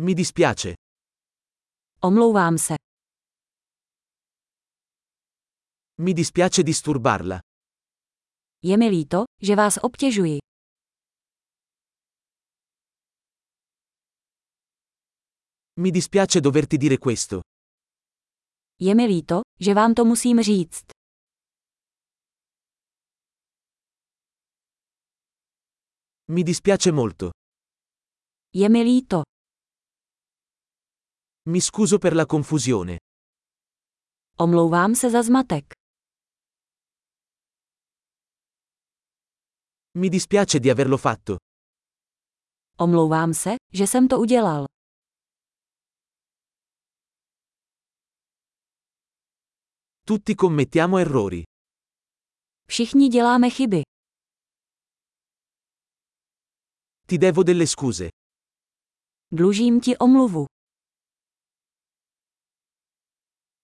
Mi dispiace. Omlouvám se. Mi dispiace disturbarla. Je mi líto, že vás obtěžuji. Mi dispiace doverti dire questo. Je mi líto, že vám to musím říct. Mi dispiace molto. Je mi líto. Mi scuso per la confusione. Omlouvám se za zmatek. Mi dispiace di averlo fatto. Omlouvám se, že jsem to udělal. Tutti commettiamo errori. Všichni děláme chyby. Ti devo delle scuse. Dlužím ti omluvu.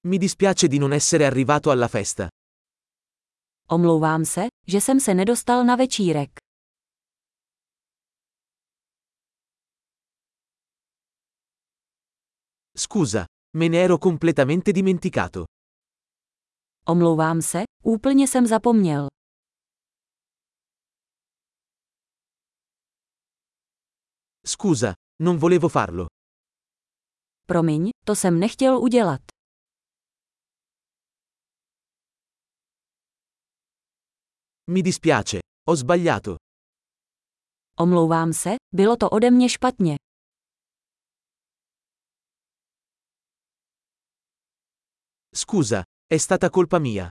Mi dispiace di non essere arrivato alla festa. Omlouvám se, že jsem se nedostal na večírek. Scusa, me ne ero completamente dimenticato. Omlouvám se, úplně jsem zapomněl. Scusa, non volevo farlo. Promiň, to jsem nechtěl udělat. Mi dispiace, ho sbagliato. Omlouvám se, bylo to ode mě špatně. Scusa, è stata colpa mia.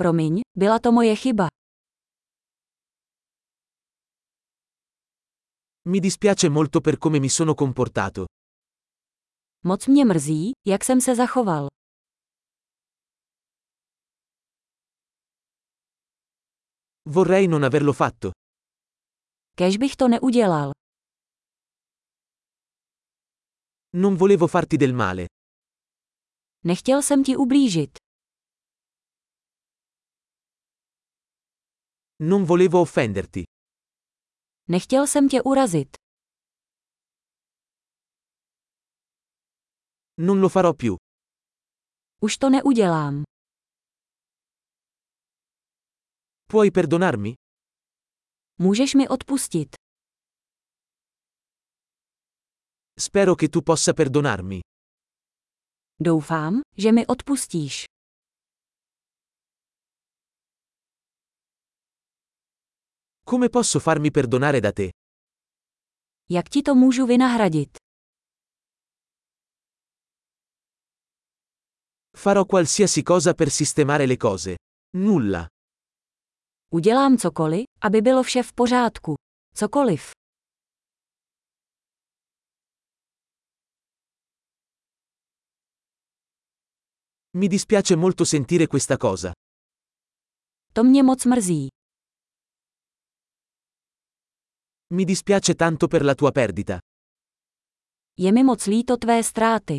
Promiň, byla to moje chyba. Mi dispiace molto per come mi sono comportato. Moc mě mrzí, jak jsem se zachoval. Vorrei non averlo fatto. Kež bych to neudělal. Non volevo farti del male. Nechtěl jsem ti ublížit. Non volevo offenderti. Nechtěl jsem tě urazit. Non lo farò più. Už to neudělám. Puoi perdonarmi? Můžeš mi odpustit. Spero che tu possa perdonarmi. Doufám, že mi odpustíš. Come posso farmi perdonare da te? Jak ti to můžu vynahradit? Farò qualsiasi cosa per sistemare le cose. Nulla. Udělám cokoliv, aby bylo vše v pořádku. Cokoliv. Mi dispiace molto sentire questa cosa. To mě moc mrzí. Mi dispiace tanto per la tua perdita. Je mi moc líto tvé ztráty.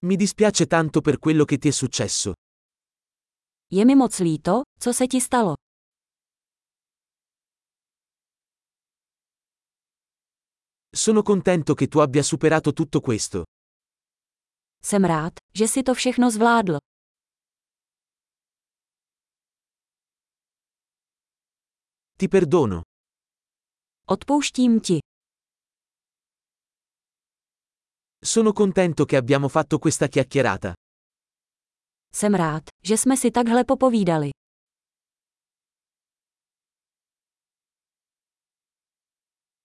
Mi dispiace tanto per quello che ti è successo. Je mi moc líto, co se ti stalo. Sono contento che tu abbia superato tutto questo. Jsem rád, že si to všechno zvládl. Ti perdono. Odpouštím ti. Sono contento che abbiamo fatto questa chiacchierata. Jsem rád, že jsme si takhle popovídali.